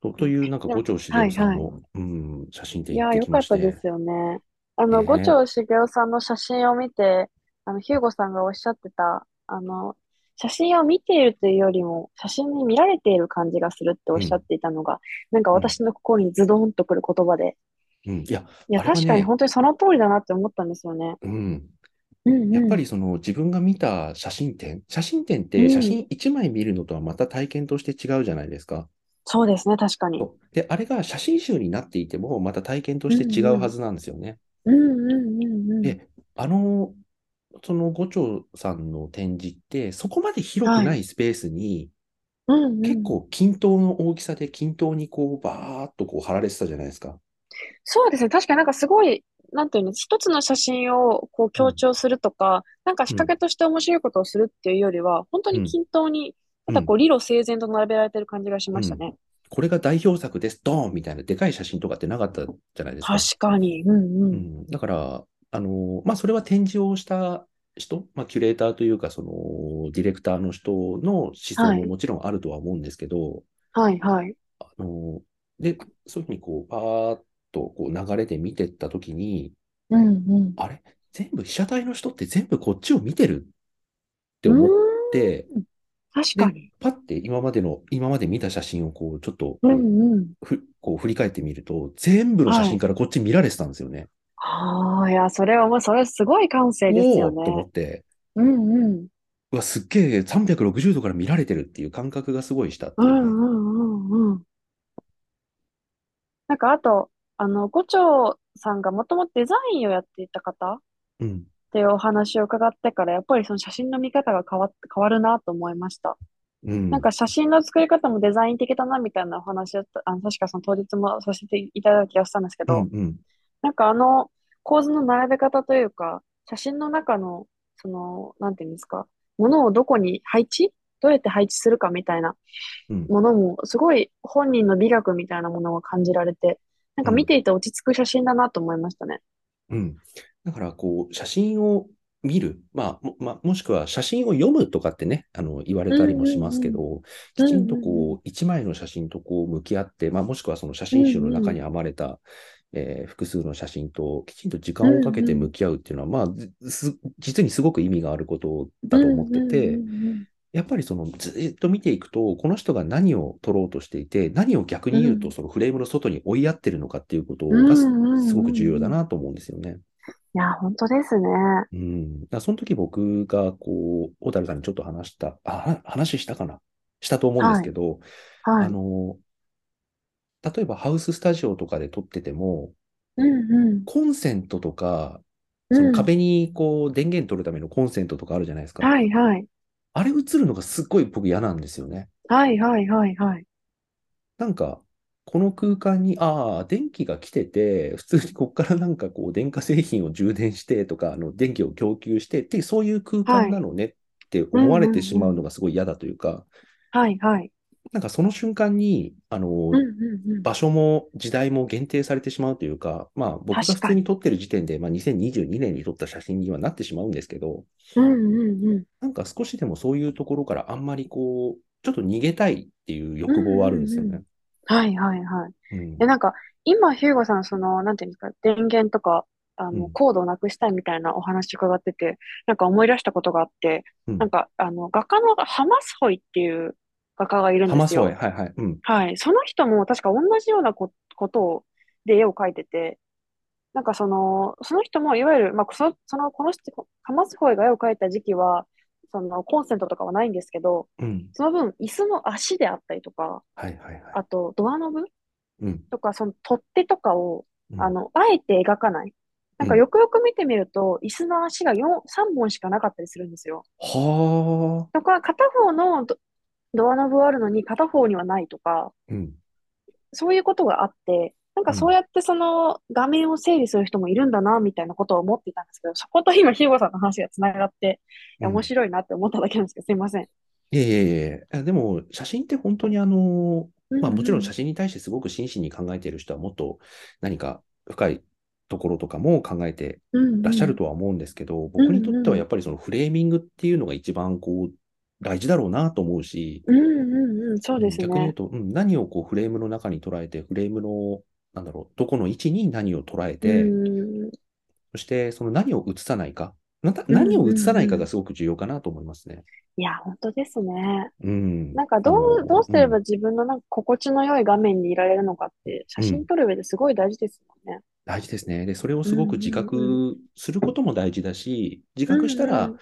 [SPEAKER 1] と、という、なんか、
[SPEAKER 2] で
[SPEAKER 1] 五
[SPEAKER 2] も
[SPEAKER 1] 丁静雄さん
[SPEAKER 2] は
[SPEAKER 1] の、うん、写真展
[SPEAKER 2] い
[SPEAKER 1] 行
[SPEAKER 2] や
[SPEAKER 1] っ
[SPEAKER 2] ー、
[SPEAKER 1] て
[SPEAKER 2] よ
[SPEAKER 1] き
[SPEAKER 2] か
[SPEAKER 1] ま
[SPEAKER 2] っ
[SPEAKER 1] した
[SPEAKER 2] で
[SPEAKER 1] て。
[SPEAKER 2] すよね。あの、
[SPEAKER 1] ね
[SPEAKER 2] 五条茂雄さんの写真を見て、あの、ヒューゴさんがおっしゃってた、あの、写真を見ているというよりも、写真に見られている感じがするっておっしゃっていたのが、なんか
[SPEAKER 1] うん
[SPEAKER 2] 私の心にズドンとくる言葉で、
[SPEAKER 1] うん。いや、
[SPEAKER 2] いや、
[SPEAKER 1] あれは
[SPEAKER 2] 確かに
[SPEAKER 1] ね
[SPEAKER 2] 本当にその通りだなって思ったんですよね。
[SPEAKER 1] うん。
[SPEAKER 2] うん
[SPEAKER 1] やっぱ
[SPEAKER 2] うん。
[SPEAKER 1] り、その、自分が見た写真展、写真展っ
[SPEAKER 2] う
[SPEAKER 1] て、
[SPEAKER 2] ん
[SPEAKER 1] 写真1枚見るのとはまた体験として違うじゃないですか。
[SPEAKER 2] そうですね、確かに。
[SPEAKER 1] そうで、あれが写真集になっていても、また体験として違うはずなんですよね。
[SPEAKER 2] うんうんうんうん。
[SPEAKER 1] で、あの、その五丁さんの展示って、そこまで広くな
[SPEAKER 2] はい
[SPEAKER 1] スペースに、
[SPEAKER 2] うんうん。
[SPEAKER 1] 結構均等の大きさで均等にこう、バーっとこう貼られてたじゃないですか。
[SPEAKER 2] そうですね。確かになんかすごい、なんていうの、一つの写真をこう強調するとか、なんか仕掛けとして面白いことをするっていうよりは、本当に均等に、
[SPEAKER 1] う
[SPEAKER 2] た
[SPEAKER 1] ん
[SPEAKER 2] だこう理路整然と並べられてる感じがしましたね。
[SPEAKER 1] これが代表作です、ドーンみたいなでかい写真とかってなかったじゃないですか。
[SPEAKER 2] 確かに。うんう。
[SPEAKER 1] うんん、だから、あの、まあ、それは展示をした人、まあ、キュレーターというか、その、ディレクターの人の思想
[SPEAKER 2] はい
[SPEAKER 1] ももちろんあるとは思うんですけど、
[SPEAKER 2] はいはい。
[SPEAKER 1] あの、で、そういうふうにこう、パーッとこう流れで見てったときに、
[SPEAKER 2] うんうん。
[SPEAKER 1] あれ全部被写体の人って全部こっちを見てるって
[SPEAKER 2] う
[SPEAKER 1] 思っ
[SPEAKER 2] ーん、
[SPEAKER 1] て、
[SPEAKER 2] 確かに。
[SPEAKER 1] パッて今までの、今まで見た写真をこう、ちょっと
[SPEAKER 2] うんうん。
[SPEAKER 1] ふ、こう振り返ってみると、全部の写真からこっち見られてたんですよね。
[SPEAKER 2] ああ、いや、それはもう、それはすごい感性ですよ
[SPEAKER 1] おーっ
[SPEAKER 2] ね
[SPEAKER 1] と。思って。
[SPEAKER 2] うんうん。
[SPEAKER 1] うわ、すっげえ360度から見られてるっていう感覚がすごいしたって
[SPEAKER 2] う
[SPEAKER 1] い
[SPEAKER 2] ん
[SPEAKER 1] う
[SPEAKER 2] う
[SPEAKER 1] ね
[SPEAKER 2] んうんうん。なんかあと、あの、五丁さんがもともとデザインをやっていた方っ
[SPEAKER 1] うん。
[SPEAKER 2] ていうお話を伺ってから、やっぱりその写真の見方が変わっ、変わるなと思いました。
[SPEAKER 1] うん。
[SPEAKER 2] なんか写真の作り方もデザイン的だなみたいなお話だった、あの、確かその当日もさせていただいた気がしたんですけ
[SPEAKER 1] う
[SPEAKER 2] ど、
[SPEAKER 1] んうん。
[SPEAKER 2] なんかあの構図の並べ方というか、写真の中の、その、なんていうんですか、ものをどこに配置どうやって配置するかみたいな
[SPEAKER 1] うん。
[SPEAKER 2] ものも、すごい本人の美学みたいなものが感じられて、なんか見ていて落ち着く写真だなと思いましたね。
[SPEAKER 1] うん。だから、こう、写真を見る、まあ、も、まあ、もしくは写真を読むとかってね、あの、言われたりもしますけど、きちんと
[SPEAKER 2] うんうんう
[SPEAKER 1] こう、一枚の写真とこう、向き合って、まあ、もしくはその写真集の中に編まれた、えー複数の写真ときちんと時間をかけて向き合うっていうのは、まあ、ずす実にすごく意味があることだと思ってて、
[SPEAKER 2] うんうんうん
[SPEAKER 1] やっぱりそのずっと見ていくと、この人が何を撮ろうとしていて、何を逆に言う
[SPEAKER 2] う
[SPEAKER 1] と
[SPEAKER 2] ん
[SPEAKER 1] そのフレームの外に追いやってるのかっていうこと
[SPEAKER 2] うんう
[SPEAKER 1] がす
[SPEAKER 2] んうんうん
[SPEAKER 1] すごく重要だなと思うんですよね。
[SPEAKER 2] いや、本当ですね。
[SPEAKER 1] うん。だからその時僕がこう、小樽さんにちょっと話した、あ、話したかなしたと思うんですけど、
[SPEAKER 2] は
[SPEAKER 1] あ
[SPEAKER 2] い。
[SPEAKER 1] の、例えばハウススタジオとかで撮ってても、
[SPEAKER 2] うんうん。
[SPEAKER 1] コンセントとか、
[SPEAKER 2] うん
[SPEAKER 1] その壁にこう電源取るためのコンセントとかあるじゃないですか。
[SPEAKER 2] はいはい。
[SPEAKER 1] あれ映るのがすっごい僕嫌なんですよね。
[SPEAKER 2] はいはいはいはい。
[SPEAKER 1] なんか、この空間に、ああ、電気が来てて、普通にこっからなんかこう、電化製品を充電してとか、あの、電気を供給してって、そういう空間なのねって思われてしまうのがすごい嫌だというか、
[SPEAKER 2] はいはい。
[SPEAKER 1] なんかその瞬間に、あの
[SPEAKER 2] うん、うんうん。
[SPEAKER 1] 場所も時代も限定されてしまうというか、まあ僕が普
[SPEAKER 2] 確か
[SPEAKER 1] 通に撮ってる時点で、まあ2022年に撮った写真にはなってしまうんですけど、
[SPEAKER 2] うんうんうん。
[SPEAKER 1] なんか少しでもそういうところからあんまりこう、ちょっと逃げたいっていう欲望はあるんですよね。
[SPEAKER 2] はいはいはい。
[SPEAKER 1] うん
[SPEAKER 2] で、なんか、今、ヒューゴさん、その、なんていうんですか、電源とか、あ
[SPEAKER 1] う
[SPEAKER 2] の、
[SPEAKER 1] ん
[SPEAKER 2] コードをなくしたいみたいなお話伺ってて、なんか思い出したことがあって、
[SPEAKER 1] うん
[SPEAKER 2] なんか、あの、画家のハマスホイっていう画家がいるん
[SPEAKER 1] ハ
[SPEAKER 2] で
[SPEAKER 1] マ
[SPEAKER 2] す
[SPEAKER 1] スホイ、
[SPEAKER 2] よ。
[SPEAKER 1] はいはい。うん。
[SPEAKER 2] はい。その人も確か同じようなこ、ことを、で絵を描いてて、なんかその、その人もいわゆる、まあ、その、その、この人、ハマスホイが絵を描いた時期は、その、コンセントとかはないんですけど、
[SPEAKER 1] うん。
[SPEAKER 2] その分、椅子の足であったりとか、
[SPEAKER 1] はいはいはい。
[SPEAKER 2] あと、ドアノブ
[SPEAKER 1] うん。
[SPEAKER 2] とか、その取っ手とかを、
[SPEAKER 1] うん
[SPEAKER 2] あ、の、あえて描かない。なんか
[SPEAKER 1] うん
[SPEAKER 2] よくよく見てみると、椅子の足が4、3本しかなかったりするんですよ。
[SPEAKER 1] はあ。
[SPEAKER 2] とか、片方のド、ドアノブはあるのに片方にはないとか、
[SPEAKER 1] うん。
[SPEAKER 2] そういうことがあって、なんかそうやってその画面を整理する人もいるんだな、みたいなことを思っていたんですけど、そこと今、ヒーゴさんの話がつながって、いや面白いなって思っただけなんですけど、すいません。
[SPEAKER 1] いえいえいえあでも、写真って本当にあの、まあもちろん写
[SPEAKER 2] 真。
[SPEAKER 1] 真に対してすごく真摯に考えている人はもっと何か深いところとかも考えて
[SPEAKER 2] うんうん
[SPEAKER 1] らっしゃるとは思うんですけど、僕にとってはやっぱりそのフレーミングっていうのが一番こう、大事だろうなと思うし、
[SPEAKER 2] うんうんうん、そうです
[SPEAKER 1] 逆に言う
[SPEAKER 2] ね。
[SPEAKER 1] と、うん、何をこうフレームの中に捉えて、フレームの、なんだろう、どこの位置に何を捉え
[SPEAKER 2] う
[SPEAKER 1] て、
[SPEAKER 2] ん。
[SPEAKER 1] そして、その何を映さないか、また
[SPEAKER 2] うんうんうん
[SPEAKER 1] 何を映さないかがすごく重要かなと思いますね。
[SPEAKER 2] いや、本当ですね。
[SPEAKER 1] うん。
[SPEAKER 2] なんかど
[SPEAKER 1] あの
[SPEAKER 2] う、どうすれば
[SPEAKER 1] ん
[SPEAKER 2] 自分のなんか心地の良い画面にいられるのかって、写真撮る上ですごい大事ですもんね。
[SPEAKER 1] 大事ですね。で、それをすごく自
[SPEAKER 2] うんう
[SPEAKER 1] 覚することも大事だし、自覚した
[SPEAKER 2] うん
[SPEAKER 1] ら
[SPEAKER 2] う、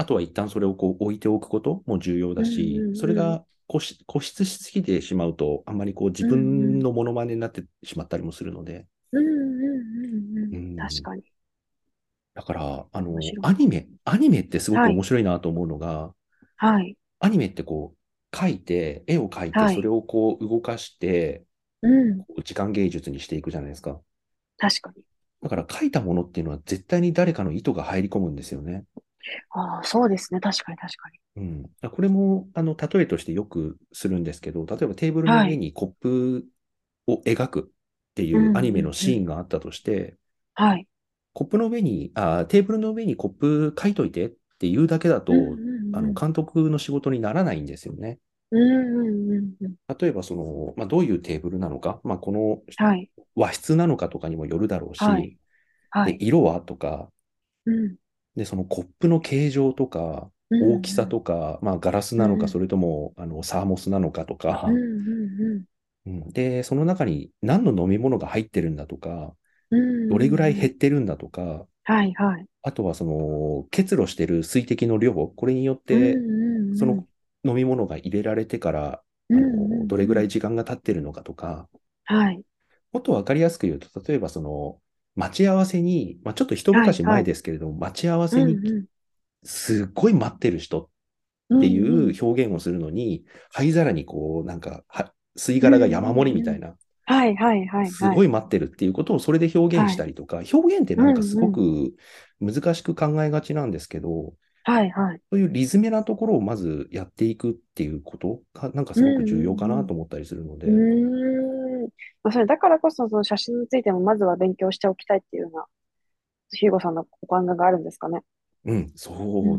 [SPEAKER 1] あとは一旦それをこう置いておくことも重要だ
[SPEAKER 2] うんうんう
[SPEAKER 1] し、
[SPEAKER 2] ん
[SPEAKER 1] それが固執固執しすぎてしまうと、あんまりこう自分のモノマネになってしまったりもするので、
[SPEAKER 2] ん、うんうんうん
[SPEAKER 1] う
[SPEAKER 2] うんん。確かに。
[SPEAKER 1] だから、あの
[SPEAKER 2] 面、白い
[SPEAKER 1] アニメ、アニメってすごく
[SPEAKER 2] はい
[SPEAKER 1] 面白いなと思うのが、
[SPEAKER 2] はい。
[SPEAKER 1] アニメってこう、描いて、絵を描い
[SPEAKER 2] は
[SPEAKER 1] て、
[SPEAKER 2] い
[SPEAKER 1] それをこう動かして、
[SPEAKER 2] うん。
[SPEAKER 1] こう時間芸術にしていくじゃないですか。
[SPEAKER 2] 確かに。
[SPEAKER 1] だから書いたものっていうのは絶対に誰かの意図が入り込むんですよね。
[SPEAKER 2] ああ、そうですね。確かに確かに。
[SPEAKER 1] うん、だからこれもあの例えとしてよくするんですけど、例えばテーブルの
[SPEAKER 2] はい
[SPEAKER 1] 上にコップを描くってい
[SPEAKER 2] んうんう
[SPEAKER 1] うんアニメのシーンがあったとして、
[SPEAKER 2] はい。
[SPEAKER 1] コップの上に、あー、テーブルの上にコップ書いといてっていうだけだと、
[SPEAKER 2] うんうん
[SPEAKER 1] あ
[SPEAKER 2] う
[SPEAKER 1] の
[SPEAKER 2] ん。
[SPEAKER 1] 監督の仕事にならないんですよね。
[SPEAKER 2] うんうんうんうん。
[SPEAKER 1] 例えばその、まあ、どういうテーブルなのか、まあ、この
[SPEAKER 2] はい。
[SPEAKER 1] 和室なのかとかにもよるだろうし、
[SPEAKER 2] はいは
[SPEAKER 1] で
[SPEAKER 2] い。
[SPEAKER 1] 色はとか、
[SPEAKER 2] うん。
[SPEAKER 1] で、そのコップの形状とか、
[SPEAKER 2] うん
[SPEAKER 1] 大きさとか、まあガラスなの
[SPEAKER 2] う
[SPEAKER 1] か、
[SPEAKER 2] ん
[SPEAKER 1] それとも、あの、サーモスなのかとか
[SPEAKER 2] うん、う
[SPEAKER 1] う
[SPEAKER 2] ん
[SPEAKER 1] んで、その中に何の飲み物が入ってるんだとか、
[SPEAKER 2] うん。うん。
[SPEAKER 1] どれぐらい減
[SPEAKER 2] 減
[SPEAKER 1] ってるんだとか、
[SPEAKER 2] はいはい。
[SPEAKER 1] あとはその結露してる水滴の量、これによって、
[SPEAKER 2] うんうん
[SPEAKER 1] その飲み物が入れられてから、あ
[SPEAKER 2] うん、うんうんう
[SPEAKER 1] の
[SPEAKER 2] ん
[SPEAKER 1] どれぐらい時間が経ってるのかとか、
[SPEAKER 2] はい。
[SPEAKER 1] もっとわかりやすく言うと、例えばその待ち合わせに、まあ、ちょっと一昔
[SPEAKER 2] はいは
[SPEAKER 1] 前
[SPEAKER 2] い
[SPEAKER 1] ですけれども、待ち合わ
[SPEAKER 2] う
[SPEAKER 1] せ
[SPEAKER 2] ん
[SPEAKER 1] に
[SPEAKER 2] うん
[SPEAKER 1] すっごい待ってる人っていう表現をするのに、灰皿にこう、なんか、は吸い殻が山盛りみたいな、
[SPEAKER 2] はいはいはいはい。
[SPEAKER 1] すごい待ってるっていうことをそれで表現したりとか、表現ってなんかすごく難しく考えがちなんですけど、
[SPEAKER 2] はいはい。
[SPEAKER 1] そういうリズメなところをまずやっていくっていうことが、なんかすごく重要かなと思ったりするので、
[SPEAKER 2] うーん。まあ、それだからこそ、その写真についてもまずは勉強しておきたいっていうような、ヒーゴさんのご考えがあるんですかね。
[SPEAKER 1] うん、そ
[SPEAKER 2] うんうん
[SPEAKER 1] う
[SPEAKER 2] う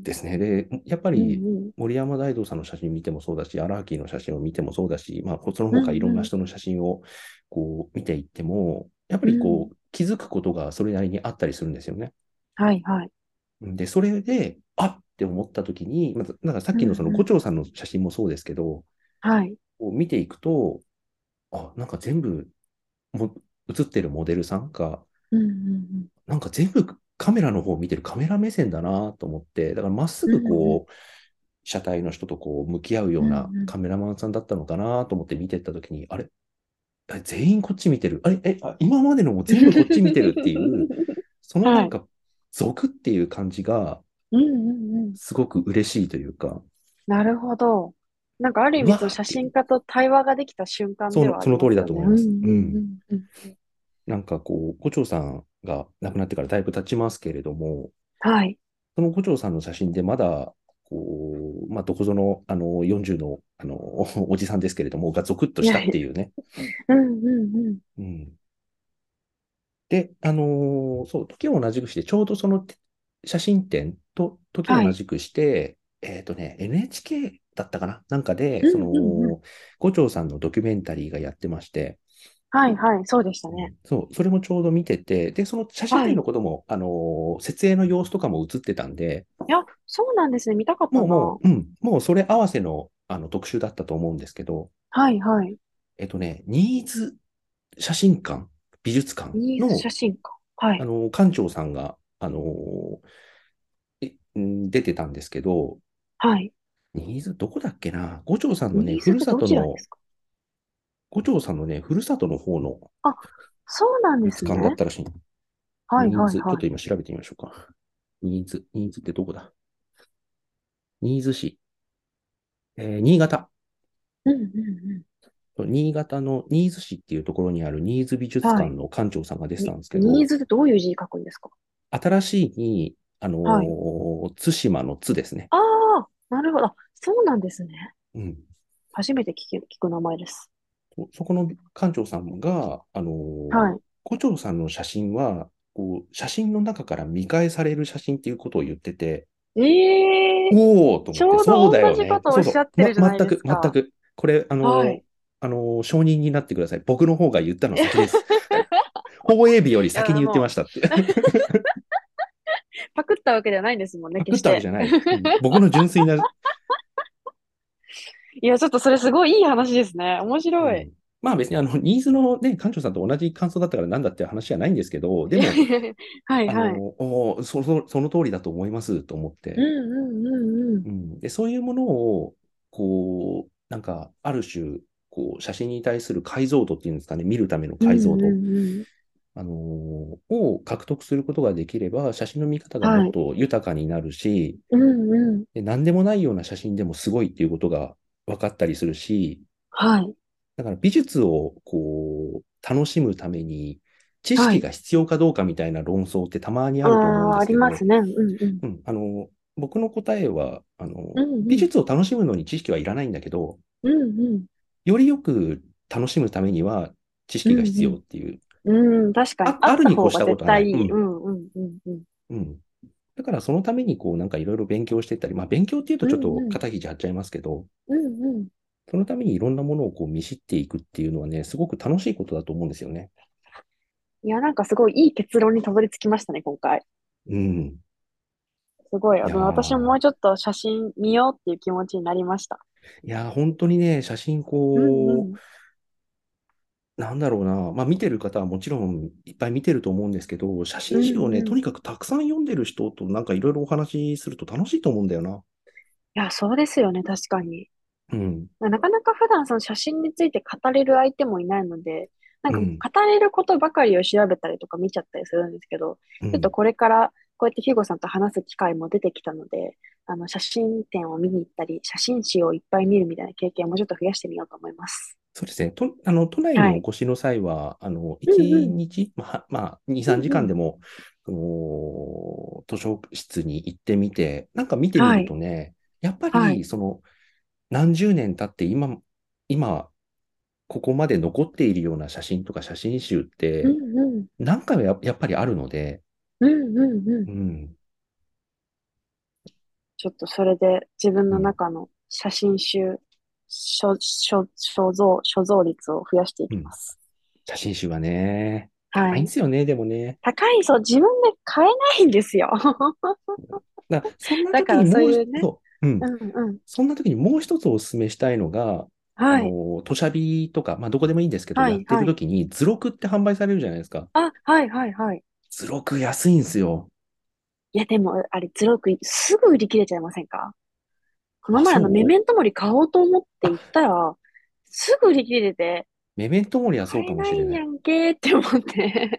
[SPEAKER 2] ん
[SPEAKER 1] ですね。で、やっぱ
[SPEAKER 2] うん
[SPEAKER 1] り
[SPEAKER 2] うん
[SPEAKER 1] 森山大道さんの写真見てもそうだし、荒木の写真を見てもそうだし、まあ、その他いろんな人の写真をこう見ていっても、やっぱりこう気づくことがそれなりにあったりするんですよね。
[SPEAKER 2] はいはい。
[SPEAKER 1] で、それで、あっって思った時に、まず、なんかさっきのその
[SPEAKER 2] うんうん
[SPEAKER 1] 胡蝶さんの写真もそうですけど、
[SPEAKER 2] はい。
[SPEAKER 1] こう見ていくと、あ、なんか全部、も写ってるモデルさんが、
[SPEAKER 2] うんうん
[SPEAKER 1] なんか全部カメラの方を見てるカメラ目線だなと思って、だからまっすぐ
[SPEAKER 2] うん
[SPEAKER 1] こう、車体の人とこう向き合うような
[SPEAKER 2] うんうん
[SPEAKER 1] カメラマンさんだったのかなと思って見てった時に、あれあ全員こっち見てる。あれえあ今までのも全部こっち見てるって
[SPEAKER 2] <laughs>
[SPEAKER 1] いう、そのなんか、俗っていう感じが
[SPEAKER 2] うん。うんうんうん。
[SPEAKER 1] すごく嬉しいというか、
[SPEAKER 2] なるほど。なんかある意
[SPEAKER 1] う
[SPEAKER 2] 味、
[SPEAKER 1] わ
[SPEAKER 2] その写真家と対話ができた瞬間ではあ
[SPEAKER 1] そうその
[SPEAKER 2] り
[SPEAKER 1] 通りだ
[SPEAKER 2] ます
[SPEAKER 1] と
[SPEAKER 2] よ
[SPEAKER 1] 思い
[SPEAKER 2] ね。
[SPEAKER 1] ます
[SPEAKER 2] うんうんうんうん。
[SPEAKER 1] なんかこう、胡蝶さんが亡くなってからだいぶ経ちますけれども、
[SPEAKER 2] はい。
[SPEAKER 1] その胡蝶さんの写真でまだ、こう、まあ、どこぞの、あの、40の、あの、 <laughs> おじさんですけれども、がゾクッとしたっていうね。
[SPEAKER 2] うんうんう
[SPEAKER 1] う
[SPEAKER 2] ん。
[SPEAKER 1] ん。で、あのーそう、時を同じくして、ちょうどその写真展と時を同じくして、えっとね、NHK だったかななんかで、その、
[SPEAKER 2] うんうんう
[SPEAKER 1] 胡蝶さんのドキュメンタリーがやってまして、
[SPEAKER 2] はいはい。そうでしたね。
[SPEAKER 1] そう、それもちょうど見てて、で、その写真展のことも、あのー設営の様子とかも映ってたんで、
[SPEAKER 2] いや、そうなんですね。見たかった
[SPEAKER 1] もう、
[SPEAKER 2] な。
[SPEAKER 1] もう、うん、もうそれ合わせの、あの特集だったと思うんですけど、
[SPEAKER 2] はいはい。
[SPEAKER 1] えっとね、新津写真館、美術館
[SPEAKER 2] ニー
[SPEAKER 1] の
[SPEAKER 2] ズ、写真か。はい
[SPEAKER 1] あ。の、館長さんが、あのーえうん出てたんですけど、
[SPEAKER 2] はい。
[SPEAKER 1] 新津どこだっけな五条さんのね、
[SPEAKER 2] ニー
[SPEAKER 1] ふ
[SPEAKER 2] ズっ
[SPEAKER 1] る
[SPEAKER 2] て
[SPEAKER 1] さ
[SPEAKER 2] ど
[SPEAKER 1] と
[SPEAKER 2] ちらで
[SPEAKER 1] の
[SPEAKER 2] す、か
[SPEAKER 1] 五条さんのね、ふるさとの方の
[SPEAKER 2] そうなん
[SPEAKER 1] 美
[SPEAKER 2] です
[SPEAKER 1] 術館だっ
[SPEAKER 2] ね。
[SPEAKER 1] たらしい。
[SPEAKER 2] はい
[SPEAKER 1] ニー
[SPEAKER 2] はい
[SPEAKER 1] ズ、ちょ
[SPEAKER 2] は
[SPEAKER 1] っ
[SPEAKER 2] い。
[SPEAKER 1] と今調べてみましょうか。ニーズ、ニーズってどこだニーズ市。えー新潟。
[SPEAKER 2] うんうんうん。
[SPEAKER 1] 新潟の新津市っていうところにある新津美術館の館長さんが出てたんですけど、
[SPEAKER 2] ニーズってどういう字書くんですか
[SPEAKER 1] 新しいに、あのー
[SPEAKER 2] はい
[SPEAKER 1] 津島の津ですね。
[SPEAKER 2] ああ、なるほど。あそうなんですね。
[SPEAKER 1] うん。
[SPEAKER 2] 初めて聞く、聞く名前です。
[SPEAKER 1] そそこの館長さんが、あのー
[SPEAKER 2] はい。
[SPEAKER 1] 胡蝶さんの写真は、こう、写真の中から見返される写真っていうことを言ってて、
[SPEAKER 2] ええ
[SPEAKER 1] おおと思って、
[SPEAKER 2] ちょうど
[SPEAKER 1] そうだよ
[SPEAKER 2] 同
[SPEAKER 1] ね
[SPEAKER 2] じことをおっしゃってるじゃないですか
[SPEAKER 1] そうそうま全く、全く。これ、あのー
[SPEAKER 2] はい
[SPEAKER 1] あのー承認になってください。僕の方が言ったの先
[SPEAKER 2] <laughs>
[SPEAKER 1] です。放映日より先に言ってましたって。
[SPEAKER 2] パクったわけじゃないんですもんね、
[SPEAKER 1] 食
[SPEAKER 2] 決
[SPEAKER 1] ったわけ
[SPEAKER 2] して。
[SPEAKER 1] じゃない。うん僕の純粋な。
[SPEAKER 2] いや、ちょっとそれすごいいい話ですね。面白
[SPEAKER 1] う
[SPEAKER 2] い。
[SPEAKER 1] んまあ別にあの、 <laughs> ニーズのね、館長さんと同じ感想だったからなんだっていう話じゃないんですけ
[SPEAKER 2] <laughs>
[SPEAKER 1] ど、でも、
[SPEAKER 2] はい
[SPEAKER 1] あ
[SPEAKER 2] はい。
[SPEAKER 1] の、おーそそその通りだと思いますと思って、
[SPEAKER 2] うんうんうんうん。
[SPEAKER 1] うんで、そういうものを、こう、なんか、ある種、こう、写真に対する解像度っていうんですかね、見るための解像度、
[SPEAKER 2] うんうんうん
[SPEAKER 1] あのーを獲得することができれば、写真の見方がもっと豊かになるし、
[SPEAKER 2] うんうん。
[SPEAKER 1] で、何でもないような写真でもすごいっていうことが分かったりするし、
[SPEAKER 2] はい。
[SPEAKER 1] だから美術をこう楽しむために知識が必要かどうかみたいな論争ってたまにあると思うんで
[SPEAKER 2] ああ、あ
[SPEAKER 1] すけ
[SPEAKER 2] り
[SPEAKER 1] ど、
[SPEAKER 2] ますね。うんうん。
[SPEAKER 1] うん、あの僕の答えはあの、
[SPEAKER 2] うんうん
[SPEAKER 1] 美術を楽しむのに知識はいらないんだけど、
[SPEAKER 2] うん
[SPEAKER 1] よりよく楽しむためには知識が必要っていう。
[SPEAKER 2] うん。うん、確かに。
[SPEAKER 1] あ
[SPEAKER 2] あ
[SPEAKER 1] あ
[SPEAKER 2] っ
[SPEAKER 1] る
[SPEAKER 2] た
[SPEAKER 1] に越
[SPEAKER 2] 方
[SPEAKER 1] し
[SPEAKER 2] が
[SPEAKER 1] たこと
[SPEAKER 2] 絶
[SPEAKER 1] はな
[SPEAKER 2] 対
[SPEAKER 1] い
[SPEAKER 2] いい。
[SPEAKER 1] う
[SPEAKER 2] うんうんうんうん。
[SPEAKER 1] うんだからそのためにこうなんかいろいろ勉強してったり、まあ勉強っていうとちょっと
[SPEAKER 2] うんうん
[SPEAKER 1] 肩肘張っちゃいますけど、
[SPEAKER 2] うんうん。
[SPEAKER 1] そのためにいろんなものをこう見知っていくっていうのはね、すごく楽しいことだと思うんですよね。
[SPEAKER 2] いや、なんかすごいいい結論にたどり着きましたね、今回。
[SPEAKER 1] うん。
[SPEAKER 2] すごい。
[SPEAKER 1] や
[SPEAKER 2] あ
[SPEAKER 1] ー
[SPEAKER 2] の、私ももうちょっと写真見ようっていう気持ちになりました。
[SPEAKER 1] いやー、本当にね、写真
[SPEAKER 2] うんう
[SPEAKER 1] こう、
[SPEAKER 2] ん。
[SPEAKER 1] なんだろうな、まあ、見てる方はもちろんいっぱい見てると思うんですけど、写真集をね、
[SPEAKER 2] うんうん
[SPEAKER 1] とにかくたくさん読んでる人となんかいろいろお話しすると楽しいと思うんだよな。
[SPEAKER 2] いや、そうですよね、確かに。
[SPEAKER 1] うん。
[SPEAKER 2] なかなか普段その写真について語れる相手もいないので、なんか
[SPEAKER 1] うん
[SPEAKER 2] 語れることばかりを調べたりとか見ちゃったりするんですけど、
[SPEAKER 1] うん
[SPEAKER 2] ちょっとこれからこうやってヒューゴさんと話す機会も出てきたので、あの写真展を見に行ったり、写真集をいっぱい見るみたいな経験もちょっと増やしてみようと思います。
[SPEAKER 1] そうですね。と、あの、都内
[SPEAKER 2] は
[SPEAKER 1] に
[SPEAKER 2] い
[SPEAKER 1] お越しの際は、あの、
[SPEAKER 2] うんうん
[SPEAKER 1] 1日、まあ、まあ、2、3時間でも、その図書室に行ってみて、なんか見てみるとね、やっぱ
[SPEAKER 2] はい
[SPEAKER 1] り、その、何十年経って今、今、ここまで残っているような写真とか写真集って
[SPEAKER 2] う、んうん。
[SPEAKER 1] 何回もや、やっぱりあるので、
[SPEAKER 2] うんうんうん
[SPEAKER 1] う。ん、
[SPEAKER 2] ちょっとそれで自分の中の写真集、所、所、所蔵、所蔵率を増やしていきます。
[SPEAKER 1] 写真集はね、
[SPEAKER 2] はい。
[SPEAKER 1] ないんですよね、でもね。
[SPEAKER 2] 高い、そう、自分で買えないんで
[SPEAKER 1] <laughs>
[SPEAKER 2] すよ。
[SPEAKER 1] だからそんな
[SPEAKER 2] だ
[SPEAKER 1] 時
[SPEAKER 2] から
[SPEAKER 1] にも
[SPEAKER 2] そう
[SPEAKER 1] う
[SPEAKER 2] いう
[SPEAKER 1] 一
[SPEAKER 2] ね
[SPEAKER 1] そううん
[SPEAKER 2] う、んうん。
[SPEAKER 1] そんな時にもう一つお勧めしたいのが、
[SPEAKER 2] は
[SPEAKER 1] あ
[SPEAKER 2] い。
[SPEAKER 1] の、土砂日とか、まあ、どこでもいいんですけど、
[SPEAKER 2] はい
[SPEAKER 1] やってる時に、図録って販売されるじゃないですか。
[SPEAKER 2] あ、はいはいはい。
[SPEAKER 1] 図録安いんですよ。
[SPEAKER 2] いや、でも、あれ、ズロク、すぐ売り切れちゃいませんかこの前、
[SPEAKER 1] あ
[SPEAKER 2] あの、
[SPEAKER 1] そう
[SPEAKER 2] メメントモリ買おうと思って行ったら、すぐ売り切れて、
[SPEAKER 1] メメントモリはそ
[SPEAKER 2] 買
[SPEAKER 1] うか
[SPEAKER 2] え
[SPEAKER 1] も
[SPEAKER 2] な
[SPEAKER 1] し
[SPEAKER 2] い
[SPEAKER 1] れ
[SPEAKER 2] ん
[SPEAKER 1] な
[SPEAKER 2] や
[SPEAKER 1] い。
[SPEAKER 2] んけーって思って。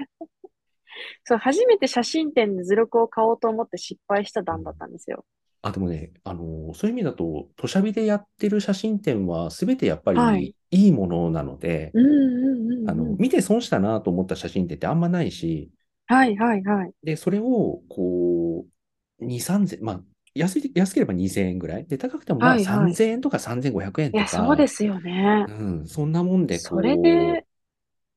[SPEAKER 2] <laughs> そう、初めて写真展でズロクを買おうと思って失敗した段だったんですよ。
[SPEAKER 1] あ、でもね、あの、そういう意味だと、土砂日でやってる写真展は、すべてやっぱ
[SPEAKER 2] はい
[SPEAKER 1] りいいものなので、
[SPEAKER 2] うんうんうんうん。
[SPEAKER 1] あの、見て損したなと思った写真展ってあんまないし、
[SPEAKER 2] はいはいはい。
[SPEAKER 1] で、それを、こう、2、3000、まあ、安い、安ければ2000円ぐらい。で、高くても、まあ、
[SPEAKER 2] はいはい
[SPEAKER 1] 3000円とか3500円
[SPEAKER 2] い
[SPEAKER 1] と
[SPEAKER 2] や、そうで
[SPEAKER 1] か、
[SPEAKER 2] すよね。
[SPEAKER 1] うん、そんなもんで、
[SPEAKER 2] それ
[SPEAKER 1] こう、
[SPEAKER 2] で、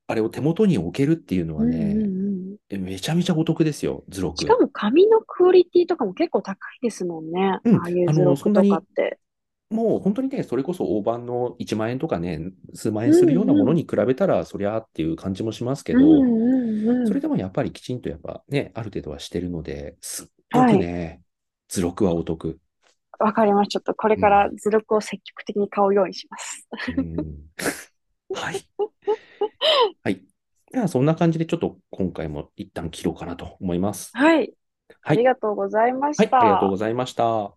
[SPEAKER 1] あれを手元に置けるっていうの
[SPEAKER 2] う
[SPEAKER 1] は
[SPEAKER 2] んうん
[SPEAKER 1] ね、え
[SPEAKER 2] うん。
[SPEAKER 1] めちゃめちゃお得ですよ、図録。
[SPEAKER 2] しかも紙のクオリティとかも結構高いですもんね。あ
[SPEAKER 1] うん
[SPEAKER 2] あいう
[SPEAKER 1] あ
[SPEAKER 2] 図
[SPEAKER 1] の
[SPEAKER 2] 録
[SPEAKER 1] そんな
[SPEAKER 2] と
[SPEAKER 1] に
[SPEAKER 2] かって。
[SPEAKER 1] もう本当にね、それこそ大判の1万円とかね、数万円するようなものに比べたら、そりゃっていう感じもしますけ
[SPEAKER 2] う
[SPEAKER 1] ど、
[SPEAKER 2] んうんうん。
[SPEAKER 1] それでもやっぱりきちんとやっぱね、ある程度はしてるので、すっごくね、図録はお得。
[SPEAKER 2] わかります。ちょっとこれから図録を積極的に買うようにします。
[SPEAKER 1] うんはい。はい。じゃあそんな感じでちょっと今回も一旦切ろうかなと思います。
[SPEAKER 2] はい。
[SPEAKER 1] は
[SPEAKER 2] あり
[SPEAKER 1] い。
[SPEAKER 2] がとうございま
[SPEAKER 1] は
[SPEAKER 2] し
[SPEAKER 1] い。ありがと
[SPEAKER 2] た
[SPEAKER 1] うご。ざいました。